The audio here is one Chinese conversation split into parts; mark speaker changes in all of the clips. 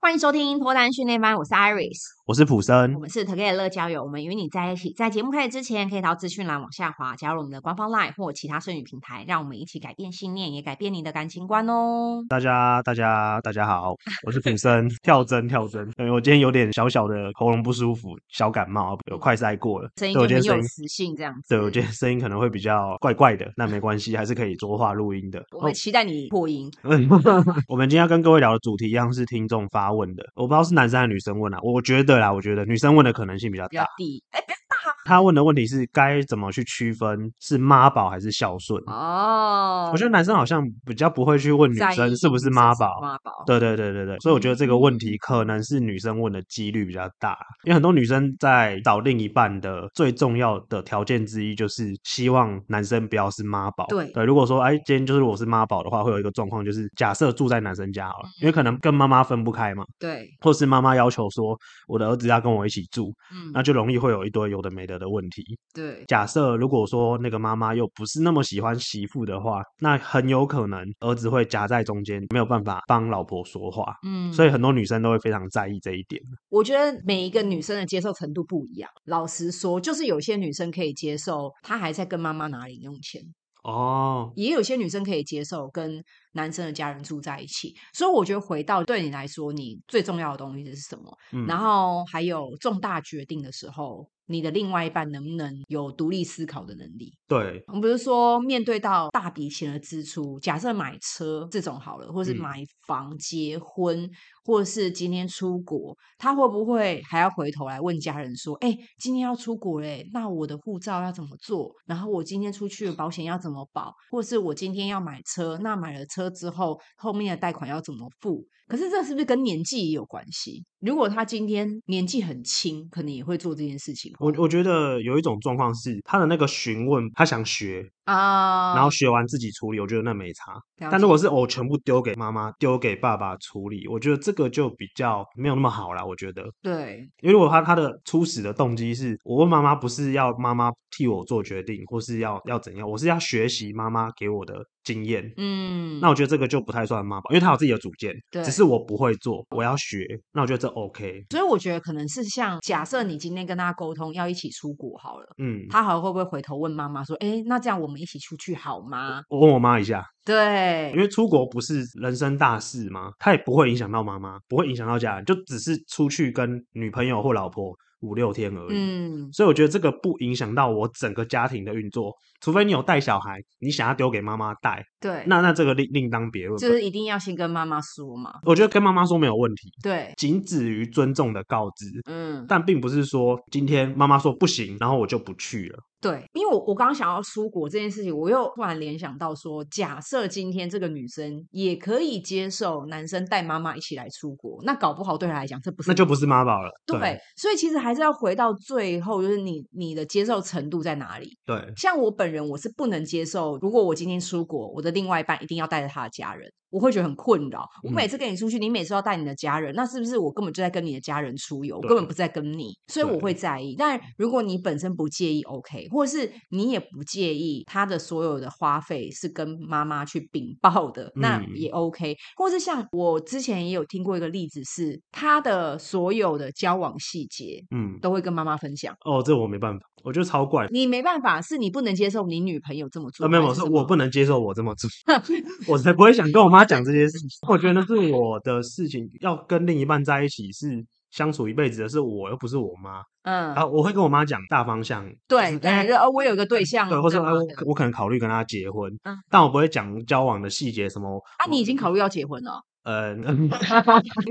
Speaker 1: 欢迎收听脱单训练班，我是 Iris，
Speaker 2: 我是普森
Speaker 1: 我，们是 t o g e t 乐交友，我们与你在一起。在节目开始之前，可以到资讯栏往下滑，加入我们的官方 LINE 或其他剩余平台，让我们一起改变信念，也改变你的感情观哦。
Speaker 2: 大家大家大家好，我 是普森，跳针跳针，因为我今天有点小小的喉咙不舒服，小感冒，有快塞过了，
Speaker 1: 声音就
Speaker 2: 对我今
Speaker 1: 很有
Speaker 2: 天声音。
Speaker 1: 磁性，这样子。
Speaker 2: 对，我今天声音可能会比较怪怪的，那没关系，还是可以浊化录音的。
Speaker 1: 我们期待你破音。
Speaker 2: 嗯， 我们今天要跟各位聊的主题一样是听众发问的，我不知道是男生还是女生问啊，我觉得啦，我觉得女生问的可能性比较
Speaker 1: 比较
Speaker 2: 大。
Speaker 1: 低
Speaker 2: 她问的问题是该怎么去区分是妈宝还是孝顺？
Speaker 1: 哦
Speaker 2: 啊我觉得男生好像比较不会去问女
Speaker 1: 在意
Speaker 2: 生是不是
Speaker 1: 女生
Speaker 2: 妈宝，啊
Speaker 1: 妈宝，
Speaker 2: 对对对对对，所以我觉得这个问题可能是女生问的几率比较大，因为很多女生在找另一半的最重要的条件之一就是希望男生不要是妈宝。
Speaker 1: 对
Speaker 2: 对，如果说哎，今天就是我是妈宝的话，会有一个状况就是，假设住在男生家
Speaker 1: 嗯
Speaker 2: 好了，因为可能跟妈妈分不开嘛，
Speaker 1: 对，
Speaker 2: 或是妈妈要求说我的儿子要跟我一起住，
Speaker 1: 嗯，
Speaker 2: 那就容易会有一堆有的没的的问题。
Speaker 1: 对，
Speaker 2: 假设如果说那个妈妈又不是那么喜欢媳妇的话，那很有可能儿子会夹在中间，没有办法帮老婆说话。
Speaker 1: 嗯，
Speaker 2: 所以很多女生都会非常在意这一点。
Speaker 1: 我觉得每一个女生的接受程度不一样。老实说，就是有些女生可以接受她还在跟妈妈拿零用钱，
Speaker 2: 哦，
Speaker 1: 也有些女生可以接受跟男生的家人住在一起。所以我觉得回到对你来说，你最重要的东西是什么？
Speaker 2: 嗯
Speaker 1: 然后还有重大决定的时候，你的另外一半能不能有独立思考的能力？
Speaker 2: 对，
Speaker 1: 我们不是说面对到大笔钱的支出，假设买车这种好了，或是
Speaker 2: 嗯
Speaker 1: 买房、结婚，或是今天出国，他会不会还要回头来问家人说：“哎、今天要出国嘞，那我的护照要怎么做？然后我今天出去的保险要怎么保？或是我今天要买车，那买了车之后，后面的贷款要怎么付？”可是这是不是跟年纪也有关系？如果他今天年纪很轻，可能也会做这件事情哦
Speaker 2: 我我觉得有一种状况是，他的那个询问，他想学，
Speaker 1: 啊。
Speaker 2: 然后学完自己处理，我觉得那没差。
Speaker 1: 了
Speaker 2: 但如
Speaker 1: 解
Speaker 2: 果是我全部丢给妈妈，丢给爸爸处理，我觉得这个就比较没有那么好啦。我觉得，
Speaker 1: 对
Speaker 2: 因为如果他他的初始的动机是我问妈妈，不是要妈妈替我做决定，或是要要怎样，我是要学习妈妈给我的经验。
Speaker 1: 嗯，
Speaker 2: 那我觉得这个就不太算妈宝，因为他有自己的主见，
Speaker 1: 对
Speaker 2: 只是我不会做，我要学，那我觉得这 OK，
Speaker 1: 所以我觉得可能是像，假设你今天跟他沟通要一起出国好了，
Speaker 2: 嗯，
Speaker 1: 他还会不会回头问妈妈说：“哎，那这样我们一起出去好吗
Speaker 2: 我问我妈一下，？”
Speaker 1: 对
Speaker 2: 因，为出国不是人生大事吗？他也不会影响到妈妈，不会影响到家人，就只是出去跟女朋友或老婆五六天而已。
Speaker 1: 嗯，
Speaker 2: 所以我觉得这个不影响到我整个家庭的运作，除非你有带小孩，你想要丢给妈妈带，
Speaker 1: 对，
Speaker 2: 那那这个另另当别论。
Speaker 1: 就是一定要先跟妈妈说嘛。
Speaker 2: 我觉得跟妈妈说没有问题，
Speaker 1: 对，
Speaker 2: 仅止于尊重的告知，
Speaker 1: 嗯，
Speaker 2: 但并不是说今天妈妈说不行，然后我就不去了。
Speaker 1: 对，因为我我刚刚想要出国这件事情，我又突然联想到说，假设今天这个女生也可以接受男生带妈妈一起来出国，那搞不好对她来讲，这不是
Speaker 2: 那就不是妈宝了。
Speaker 1: 对，所以其实还是要回到最后，就是你你的接受程度在哪里？
Speaker 2: 对，
Speaker 1: 像我本人，我是不能接受，如果我今天出国，我的另外一半一定要带着他的家人，我会觉得很困扰。我
Speaker 2: 嗯
Speaker 1: 每次跟你出去，你每次都要带你的家人，那是不是我根本就在跟你的家人出游，我根本
Speaker 2: 对
Speaker 1: 不在跟你？所以我
Speaker 2: 对
Speaker 1: 会在意。但如果你本身不介意，OK，或者是你也不介意他的所有的花费是跟妈妈去禀报的，那
Speaker 2: 嗯
Speaker 1: 也 OK。或是像我之前也有听过一个例子是，他的所有的交往细节
Speaker 2: 嗯，
Speaker 1: 都会跟妈妈分享。
Speaker 2: 哦，这我没办法，我觉得超怪。
Speaker 1: 你没办法，是你不能接受你女朋友这么做。
Speaker 2: 啊，没有，
Speaker 1: 还
Speaker 2: 我是
Speaker 1: 什
Speaker 2: 我
Speaker 1: 么
Speaker 2: 不能接受我这么做， 我才不会想跟我妈讲这些事情。我觉得那是我的事情，要跟另一半在一起是相处一辈子的，是我又不是我妈。
Speaker 1: 嗯，
Speaker 2: 然后我会跟我妈讲大方向，
Speaker 1: 对，
Speaker 2: 哎
Speaker 1: 对，就哦，我有个对象，
Speaker 2: 对，或者
Speaker 1: 干嘛
Speaker 2: 我
Speaker 1: 的
Speaker 2: 我可能考虑跟她结婚
Speaker 1: 嗯，
Speaker 2: 但我不会讲交往的细节什么。
Speaker 1: 啊，你已经考虑要结婚 了，
Speaker 2: 呃，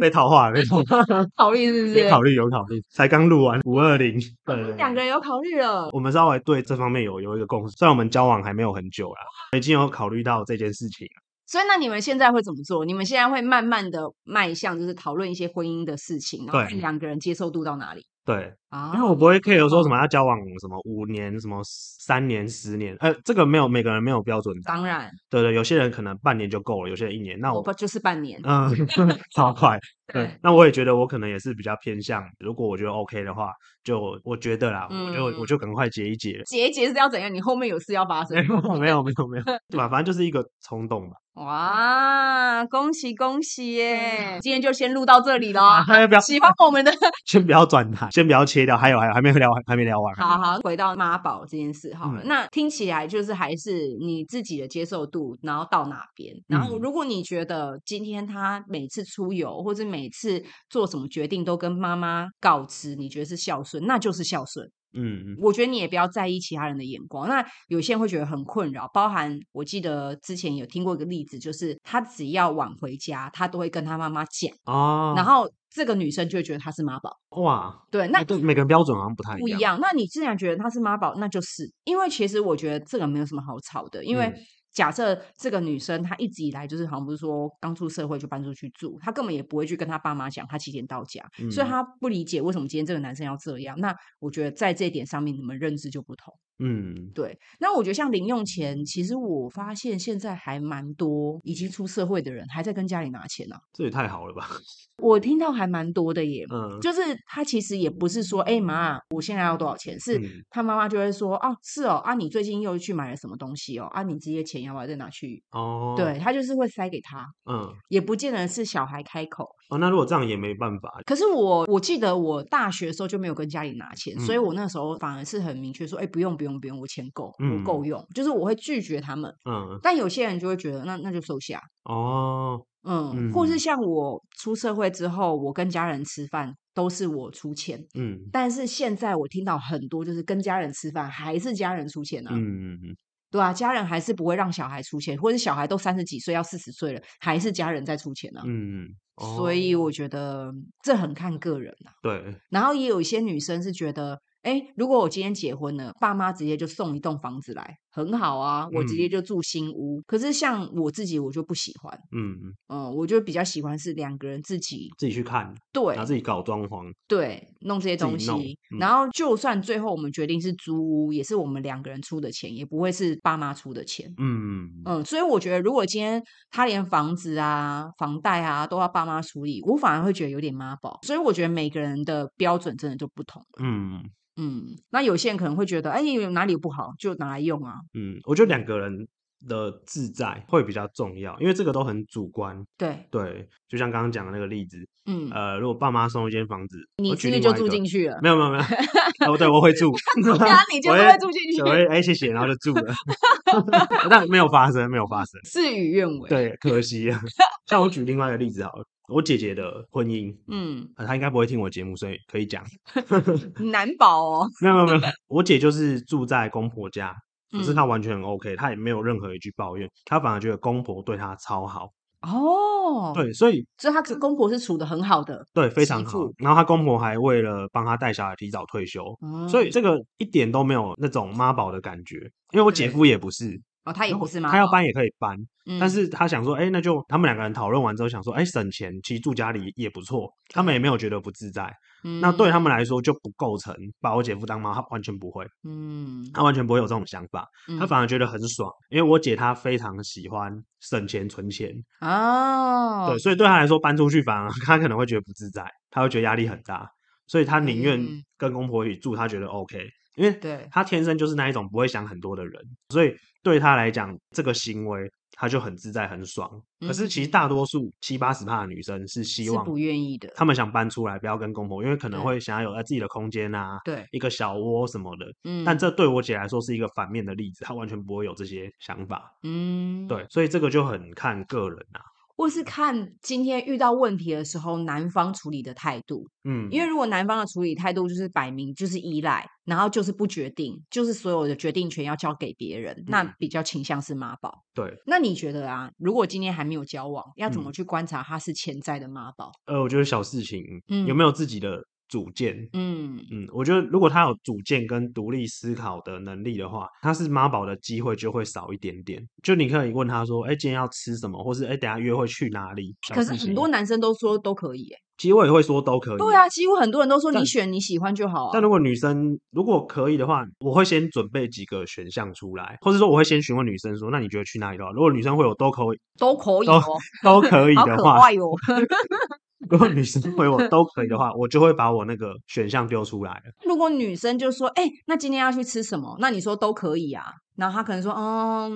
Speaker 2: 被套话了，被套话，
Speaker 1: 考虑是不是
Speaker 2: 有？考虑有考虑，才刚录完五二 零，对对
Speaker 1: 两
Speaker 2: 对
Speaker 1: 个人有考虑了，
Speaker 2: 我们稍微对这方面有有一个共识，虽然我们交往还没有很久啦，已经有考虑到这件事情。
Speaker 1: 所以那你们现在会怎么做？你们现在会慢慢的迈向就是讨论一些婚姻的事情，然后
Speaker 2: 对
Speaker 1: 看两个人接受度到哪里？
Speaker 2: 对，
Speaker 1: 啊，
Speaker 2: 因为我不会 care 说什
Speaker 1: 哦
Speaker 2: 么要交往什么五年、什么三年、十年，呃，这个没有每个人没有标准的，
Speaker 1: 当然，
Speaker 2: 对对，有些人可能半年就够了，有些人一年，那
Speaker 1: 我
Speaker 2: 我
Speaker 1: 不就是半年，
Speaker 2: 嗯， 超快。对
Speaker 1: 对，
Speaker 2: 那我也觉得我可能也是比较偏向，如果我觉得 OK 的话，就我觉得啦，我
Speaker 1: 嗯
Speaker 2: 就我就赶快结一结了。
Speaker 1: 结一结是要怎样？你后面有事要发
Speaker 2: 没
Speaker 1: 生。
Speaker 2: 有没有没有没有，对吧？反正就是一个冲动吧。
Speaker 1: 哇，恭喜恭喜
Speaker 2: 嗯
Speaker 1: 耶！今天就先录到这里了，
Speaker 2: 要不要
Speaker 1: 喜欢我们的，
Speaker 2: 先不要转台，先不要切掉，还有还有还没聊完，还没聊完。
Speaker 1: 好好回到妈宝这件事好了。
Speaker 2: 嗯
Speaker 1: 那听起来就是还是你自己的接受度，然后到哪边？然后
Speaker 2: 嗯
Speaker 1: 如果你觉得今天他每次出游或者每次做什么决定都跟妈妈告知，你觉得是孝顺，那就是孝顺。
Speaker 2: 嗯，嗯
Speaker 1: 我觉得你也不要在意其他人的眼光。那有些人会觉得很困扰，包含我记得之前有听过一个例子，就是他只要晚回家，他都会跟他妈妈讲，
Speaker 2: 哦，
Speaker 1: 然后这个女生就会觉得他是妈宝。
Speaker 2: 哇，
Speaker 1: 对，那
Speaker 2: 哎对每个人标准好像不太
Speaker 1: 不一
Speaker 2: 样。
Speaker 1: 样。那你既然觉得他是妈宝，那就是因为其实我觉得这个没有什么好吵的，因为
Speaker 2: 嗯
Speaker 1: 假设这个女生她一直以来就是好像不是说刚出社会就搬出去住，她根本也不会去跟她爸妈讲她几点到家，所以
Speaker 2: 嗯
Speaker 1: 她不理解为什么今天这个男生要这样。那我觉得在这一点上面，你们认知就不同。
Speaker 2: 嗯，
Speaker 1: 对，那我觉得像零用钱，其实我发现现在还蛮多已经出社会的人还在跟家里拿钱啊，
Speaker 2: 这也太好了吧？
Speaker 1: 我听到还蛮多的耶。
Speaker 2: 嗯，
Speaker 1: 就是他其实也不是说，哎、妈，我现在要多少钱？是
Speaker 2: 嗯
Speaker 1: 他妈妈就会说，哦，是哦，啊，你最近又去买了什么东西哦？啊，你这些钱要不要再拿去？
Speaker 2: 哦，
Speaker 1: 对，他就是会塞给他，
Speaker 2: 嗯，
Speaker 1: 也不见得是小孩开口。
Speaker 2: 哦，那如果这样也没办法，
Speaker 1: 可是我我记得我大学的时候就没有跟家里拿钱，所以
Speaker 2: 嗯
Speaker 1: 我那时候反而是很明确说，哎、不用不用不用，我钱够，我够
Speaker 2: 嗯
Speaker 1: 用，就是我会拒绝他们。
Speaker 2: 嗯，
Speaker 1: 但有些人就会觉得，那那就收下。
Speaker 2: 哦，
Speaker 1: 嗯，或是
Speaker 2: 嗯
Speaker 1: 像我出社会之后，我跟家人吃饭都是我出钱，
Speaker 2: 嗯
Speaker 1: 但是现在我听到很多就是跟家人吃饭还是家人出钱啊，
Speaker 2: 嗯嗯，
Speaker 1: 对啊，家人还是不会让小孩出钱，或者小孩都三十几岁要四十岁了，还是家人在出钱啊。
Speaker 2: 嗯，
Speaker 1: 所以
Speaker 2: 哦
Speaker 1: 我觉得这很看个人啊。
Speaker 2: 对，
Speaker 1: 然后也有一些女生是觉得，哎，如果我今天结婚了，爸妈直接就送一栋房子来，很好啊，我直接
Speaker 2: 嗯
Speaker 1: 就住新屋。可是像我自己，我就不喜欢，
Speaker 2: 嗯，
Speaker 1: 嗯，我就比较喜欢是两个人自己
Speaker 2: 自己去看，
Speaker 1: 对
Speaker 2: 然后自己搞装潢，
Speaker 1: 对，弄这些
Speaker 2: 自
Speaker 1: 东
Speaker 2: 己弄
Speaker 1: 西。
Speaker 2: 嗯
Speaker 1: 然后就算最后我们决定是租屋，也是我们两个人出的钱，也不会是爸妈出的钱。
Speaker 2: 嗯，
Speaker 1: 嗯，所以我觉得，如果今天他连房子啊、房贷啊都要爸妈处理，我反而会觉得有点妈宝。所以我觉得每个人的标准真的就不同。
Speaker 2: 嗯
Speaker 1: 嗯，那有些人可能会觉得，哎，有哪里不好就拿来用啊。
Speaker 2: 嗯，我觉得两个人的自在会比较重要，因为这个都很主观。
Speaker 1: 对，
Speaker 2: 对，就像刚刚讲的那个例子，
Speaker 1: 嗯，
Speaker 2: 呃，如果爸妈送一间房子，
Speaker 1: 你
Speaker 2: 我
Speaker 1: 是
Speaker 2: 举
Speaker 1: 不是
Speaker 2: 另
Speaker 1: 就
Speaker 2: 外一
Speaker 1: 住
Speaker 2: 个
Speaker 1: 进去 了？
Speaker 2: 没有没有 没有，哦，对我会住，
Speaker 1: 对 啊，你就
Speaker 2: 我
Speaker 1: 是
Speaker 2: 会
Speaker 1: 会住进
Speaker 2: 我会
Speaker 1: 去，
Speaker 2: 哎谢谢，然后就住 了， 但没有发生，没有发生，
Speaker 1: 事与愿违。，
Speaker 2: 对，可惜了。 像我举另外一个例子好了，我姐姐的婚姻，
Speaker 1: 嗯，
Speaker 2: 呃，她应该不会听我节目，所以可以讲。
Speaker 1: 难保哦。
Speaker 2: 没有没有没有，我姐就是住在公婆家，可是
Speaker 1: 嗯
Speaker 2: 她完全很 OK，她也没有任何一句抱怨，她反而觉得公婆对她超好，
Speaker 1: 哦，
Speaker 2: 对，所以
Speaker 1: 所以她公婆是处的很好的，
Speaker 2: 对非
Speaker 1: 媳
Speaker 2: 常好
Speaker 1: 妇。
Speaker 2: 然后她公婆还为了帮她带小孩提早退休，
Speaker 1: 嗯
Speaker 2: 所以这个一点都没有那种妈宝的感觉，因为我姐
Speaker 1: 对
Speaker 2: 夫也不是，
Speaker 1: 哦，他也
Speaker 2: 然
Speaker 1: 不
Speaker 2: 后
Speaker 1: 是妈宝，
Speaker 2: 他要搬也可以搬，
Speaker 1: 嗯，
Speaker 2: 但是他想说，哎、那就他们两个人讨论完之后想说，哎、省钱，其实住家里也不错，他们也没有觉得不自在。
Speaker 1: 嗯
Speaker 2: 那对他们来说就不构成把我姐夫当妈，他完全不会，
Speaker 1: 嗯，嗯，
Speaker 2: 他完全不会有这种想法，他
Speaker 1: 嗯
Speaker 2: 反而觉得很爽，因为我姐她非常喜欢省钱存钱，
Speaker 1: 哦，
Speaker 2: 对，所以对他来说搬出去反而他可能会觉得不自在，他会觉得压力很大，所以他宁愿
Speaker 1: 嗯
Speaker 2: 跟公婆一起住，他觉得 OK，因为
Speaker 1: 对
Speaker 2: 他天生就是那一种不会想很多的人，所以对他来讲，这个行为他就很自在很爽。可是其实大多数七八十趴的女生是
Speaker 1: 嗯
Speaker 2: 希
Speaker 1: 是
Speaker 2: 望
Speaker 1: 不愿意的，
Speaker 2: 她们想搬出来，不要跟公婆，因为可能
Speaker 1: 对
Speaker 2: 会想要有在自己的空间啊，
Speaker 1: 对，
Speaker 2: 一个小窝什么的。
Speaker 1: 嗯，
Speaker 2: 但这对我姐来说是一个反面的例子，她完全不会有这些想法。
Speaker 1: 嗯，
Speaker 2: 对，，所以这个就很看个人啊。
Speaker 1: 或是看今天遇到问题的时候，男方处理的态度，
Speaker 2: 嗯，
Speaker 1: 因为如果男方的处理态度就是摆明就是依赖，然后就是不决定，就是所有的决定权要交给别人，那
Speaker 2: 嗯
Speaker 1: 比较倾向是妈宝。
Speaker 2: 对，
Speaker 1: 那你觉得啊，如果今天还没有交往，要怎么
Speaker 2: 嗯
Speaker 1: 去观察他是潜在的妈宝？
Speaker 2: 呃，我觉得小事情，有
Speaker 1: 嗯
Speaker 2: 没有自己的主见？
Speaker 1: 嗯
Speaker 2: 嗯，我觉得如果他有主见跟独立思考的能力的话，他是妈宝的机会就会少一点点。就你可以问他说：“哎、今天要吃什么？”或是“哎、等一下约会去哪里？”小
Speaker 1: 可
Speaker 2: 事
Speaker 1: 是很
Speaker 2: 情
Speaker 1: 多男生都说都可以、欸，
Speaker 2: 其实我也会说都可以。
Speaker 1: 对啊，几乎很多人都说你
Speaker 2: 但
Speaker 1: 选你喜欢就好啊
Speaker 2: 但。如果女生如果可以的话，我会先准备几个选项出来，或者说我会先询问女生说，那你觉得去哪里的话，如果女生会有都可 以
Speaker 1: 都可以
Speaker 2: 都
Speaker 1: 哦，
Speaker 2: 都可以
Speaker 1: 好
Speaker 2: 的
Speaker 1: 可
Speaker 2: 话，
Speaker 1: 爱哦。
Speaker 2: 如果女生回我都可以的话，我就会把我那个选项丢出来了。
Speaker 1: 如果女生就说：“哎、那今天要去吃什么？”那你说都可以啊。然后她可能说：“嗯，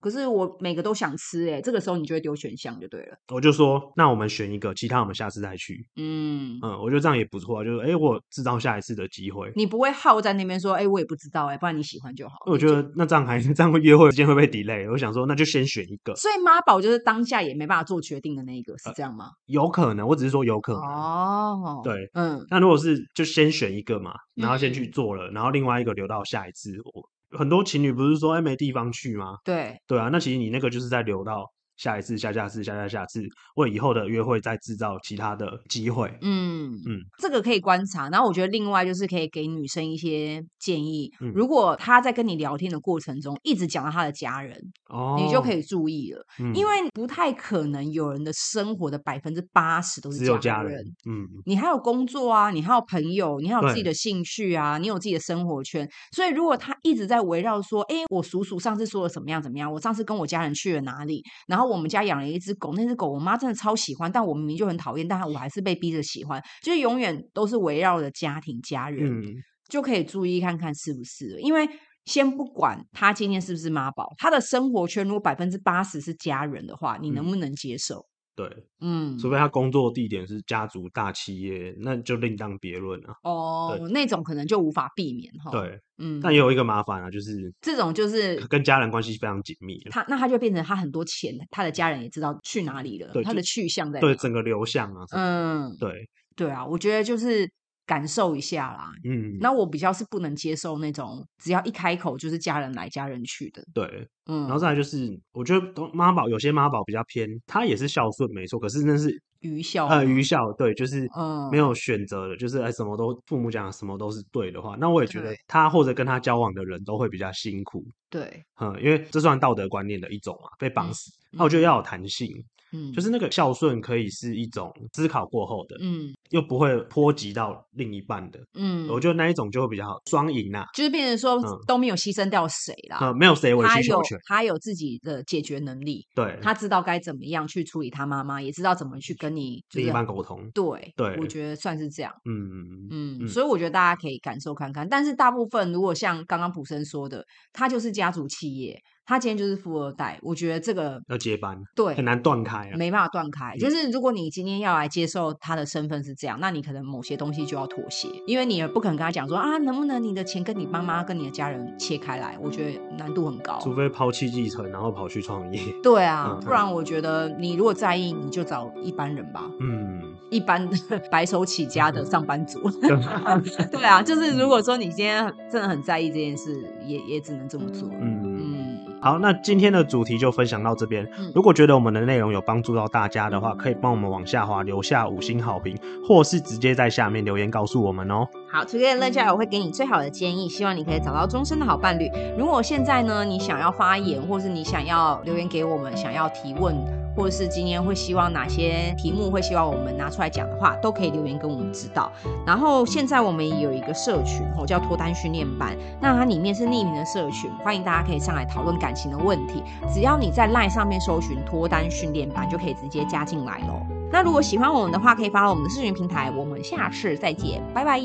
Speaker 1: 可是我每个都想吃、欸。”哎，这个时候你就会丢选项就对了。
Speaker 2: 我就说，那我们选一个，其他我们下次再去。
Speaker 1: 嗯，
Speaker 2: 嗯，我觉得这样也不错啊，就是诶，我制造下一次的机会。
Speaker 1: 你不会耗在那边说：“哎、我也不知道、欸，哎，不然你喜欢就好。”
Speaker 2: 我觉得那这样还 这样约会时间会被 delay。我想说，那就先选一个，
Speaker 1: 所以妈宝就是当下也没办法做决定的那一个，是这样吗？
Speaker 2: 有可能，我只是说有可能。
Speaker 1: 哦，
Speaker 2: 对，
Speaker 1: 嗯，
Speaker 2: 那如果是就先选一个嘛，然后先去做了，然后另外一个留到下一次。我很多情侣不是说哎、没地方去吗？
Speaker 1: 对，
Speaker 2: 对啊，那其实你那个就是在留到下一次、下下次、下下下次，为以后的约会再制造其他的机会。
Speaker 1: 嗯
Speaker 2: 嗯
Speaker 1: 这个可以观察。然后我觉得另外就是可以给女生一些建议，
Speaker 2: 嗯
Speaker 1: 如果她在跟你聊天的过程中一直讲到她的家人，
Speaker 2: 哦，
Speaker 1: 你就可以注意了。
Speaker 2: 嗯，
Speaker 1: 因为不太可能有人的生活的百分之八十都是
Speaker 2: 只有家
Speaker 1: 人
Speaker 2: 人。，嗯，
Speaker 1: 你还有工作啊，你还有朋友，你还有自己
Speaker 2: 对
Speaker 1: 的兴趣啊，你有自己的生活圈。所以如果他一直在围绕说，诶，我叔叔上次说了怎么样怎么样，我上次跟我家人去了哪里，然后我们家养了一只狗，那只狗我妈真的超喜欢，但我明明就很讨厌，但我还是被逼着喜欢，就是永远都是围绕着家庭家人。
Speaker 2: 嗯，
Speaker 1: 就可以注意看看是不是，因为先不管他今天是不是妈宝，他的生活圈如果百分之八十是家人的话，你能
Speaker 2: 嗯
Speaker 1: 不能接受？
Speaker 2: 对，
Speaker 1: 嗯，
Speaker 2: 除非他工作地点是家族大企业，那就另当别论啊。
Speaker 1: 哦，那种可能就无法避免哈。，
Speaker 2: 对，
Speaker 1: 嗯，
Speaker 2: 但也有一个麻烦啊，就是
Speaker 1: 这种就是
Speaker 2: 跟家人关系非常紧密啊，
Speaker 1: 他，那他就变成他很多钱，他的家人也知道去哪里了，
Speaker 2: 对
Speaker 1: 他
Speaker 2: 就
Speaker 1: 的去向在
Speaker 2: 对
Speaker 1: 哪。
Speaker 2: 整个流向啊，
Speaker 1: 嗯，
Speaker 2: 对，
Speaker 1: 对啊，我觉得就是感受一下啦。
Speaker 2: 嗯，
Speaker 1: 那我比较是不能接受那种只要一开口就是家人来家人去的，
Speaker 2: 对。
Speaker 1: 嗯，
Speaker 2: 然后再来就是，我觉得都妈宝有些妈宝比较偏，他也是孝顺没错，可是那是
Speaker 1: 愚孝嘛
Speaker 2: 呃愚孝，对，就是
Speaker 1: 嗯
Speaker 2: 没有选择的，就是哎什么都父母讲什么都是对的话，那我也觉得
Speaker 1: 对
Speaker 2: 他或者跟他交往的人都会比较辛苦，
Speaker 1: 对，
Speaker 2: 嗯，因为这算道德观念的一种嘛，被绑
Speaker 1: 嗯
Speaker 2: 死。那我觉得
Speaker 1: 嗯
Speaker 2: 要有弹性，
Speaker 1: 嗯，
Speaker 2: 就是那个孝顺可以是一种思考过后的，
Speaker 1: 嗯
Speaker 2: 又不会波及到另一半的，
Speaker 1: 嗯，
Speaker 2: 我觉得那一种就会比较好，双赢呐，
Speaker 1: 就是变成说
Speaker 2: 嗯
Speaker 1: 都没有牺牲掉谁啦，
Speaker 2: 啊，没有谁委
Speaker 1: 他
Speaker 2: 曲求
Speaker 1: 有
Speaker 2: 全，
Speaker 1: 他有自己的解决能力，
Speaker 2: 对，
Speaker 1: 他知道该怎么样去处理他妈妈，也知道怎么去跟你就
Speaker 2: 另
Speaker 1: 是啊
Speaker 2: 一半沟通，
Speaker 1: 对我
Speaker 2: 对
Speaker 1: 觉得算是这样。
Speaker 2: 嗯
Speaker 1: 嗯，
Speaker 2: 嗯
Speaker 1: 所以我觉得大家可以感受看看，但是大部分如果像刚刚普生说的，他就是家族企业，他今天就是富二代，我觉得这个
Speaker 2: 要接班，
Speaker 1: 对
Speaker 2: 很难断开啊，
Speaker 1: 没办法断开。就是如果你今天要来接受他的身份是这样，那你可能某些东西就要妥协，因为你也不可能跟他讲说啊，能不能你的钱跟你妈妈、跟你的家人切开来？我觉得难度很高。
Speaker 2: 除非抛弃继承，然后跑去创业，
Speaker 1: 对啊，
Speaker 2: 嗯
Speaker 1: 不然我觉得你如果在意，你就找一般人吧，
Speaker 2: 嗯，
Speaker 1: 一般的白手起家的上班 族。
Speaker 2: 对
Speaker 1: 对啊，就是
Speaker 2: 嗯
Speaker 1: 如果说你今天真的很在意这件事，也也只能这么做。
Speaker 2: 嗯。
Speaker 1: 嗯，
Speaker 2: 好，那今天的主题就分享到这边
Speaker 1: 嗯。
Speaker 2: 如果觉得我们的内容有帮助到大家的话，可以帮我们往下滑留下五星好评，或是直接在下面留言告诉我们哦。
Speaker 1: 好，除了乐教，我会给你最好的建议，希望你可以找到终身的好伴侣。如果现在呢，你想要发言，或是你想要留言给我们，想要提问，或者是今天会希望哪些题目会希望我们拿出来讲的话，都可以留言跟我们知道。然后现在我们也有一个社群哦，叫脱单训练班，那它里面是匿名的社群，欢迎大家可以上来讨论感情的问题。只要你在 LINE 上面搜寻脱单训练班，就可以直接加进来喽。那如果喜欢我们的话，可以发到我们的社群平台。我们下次再见，拜拜。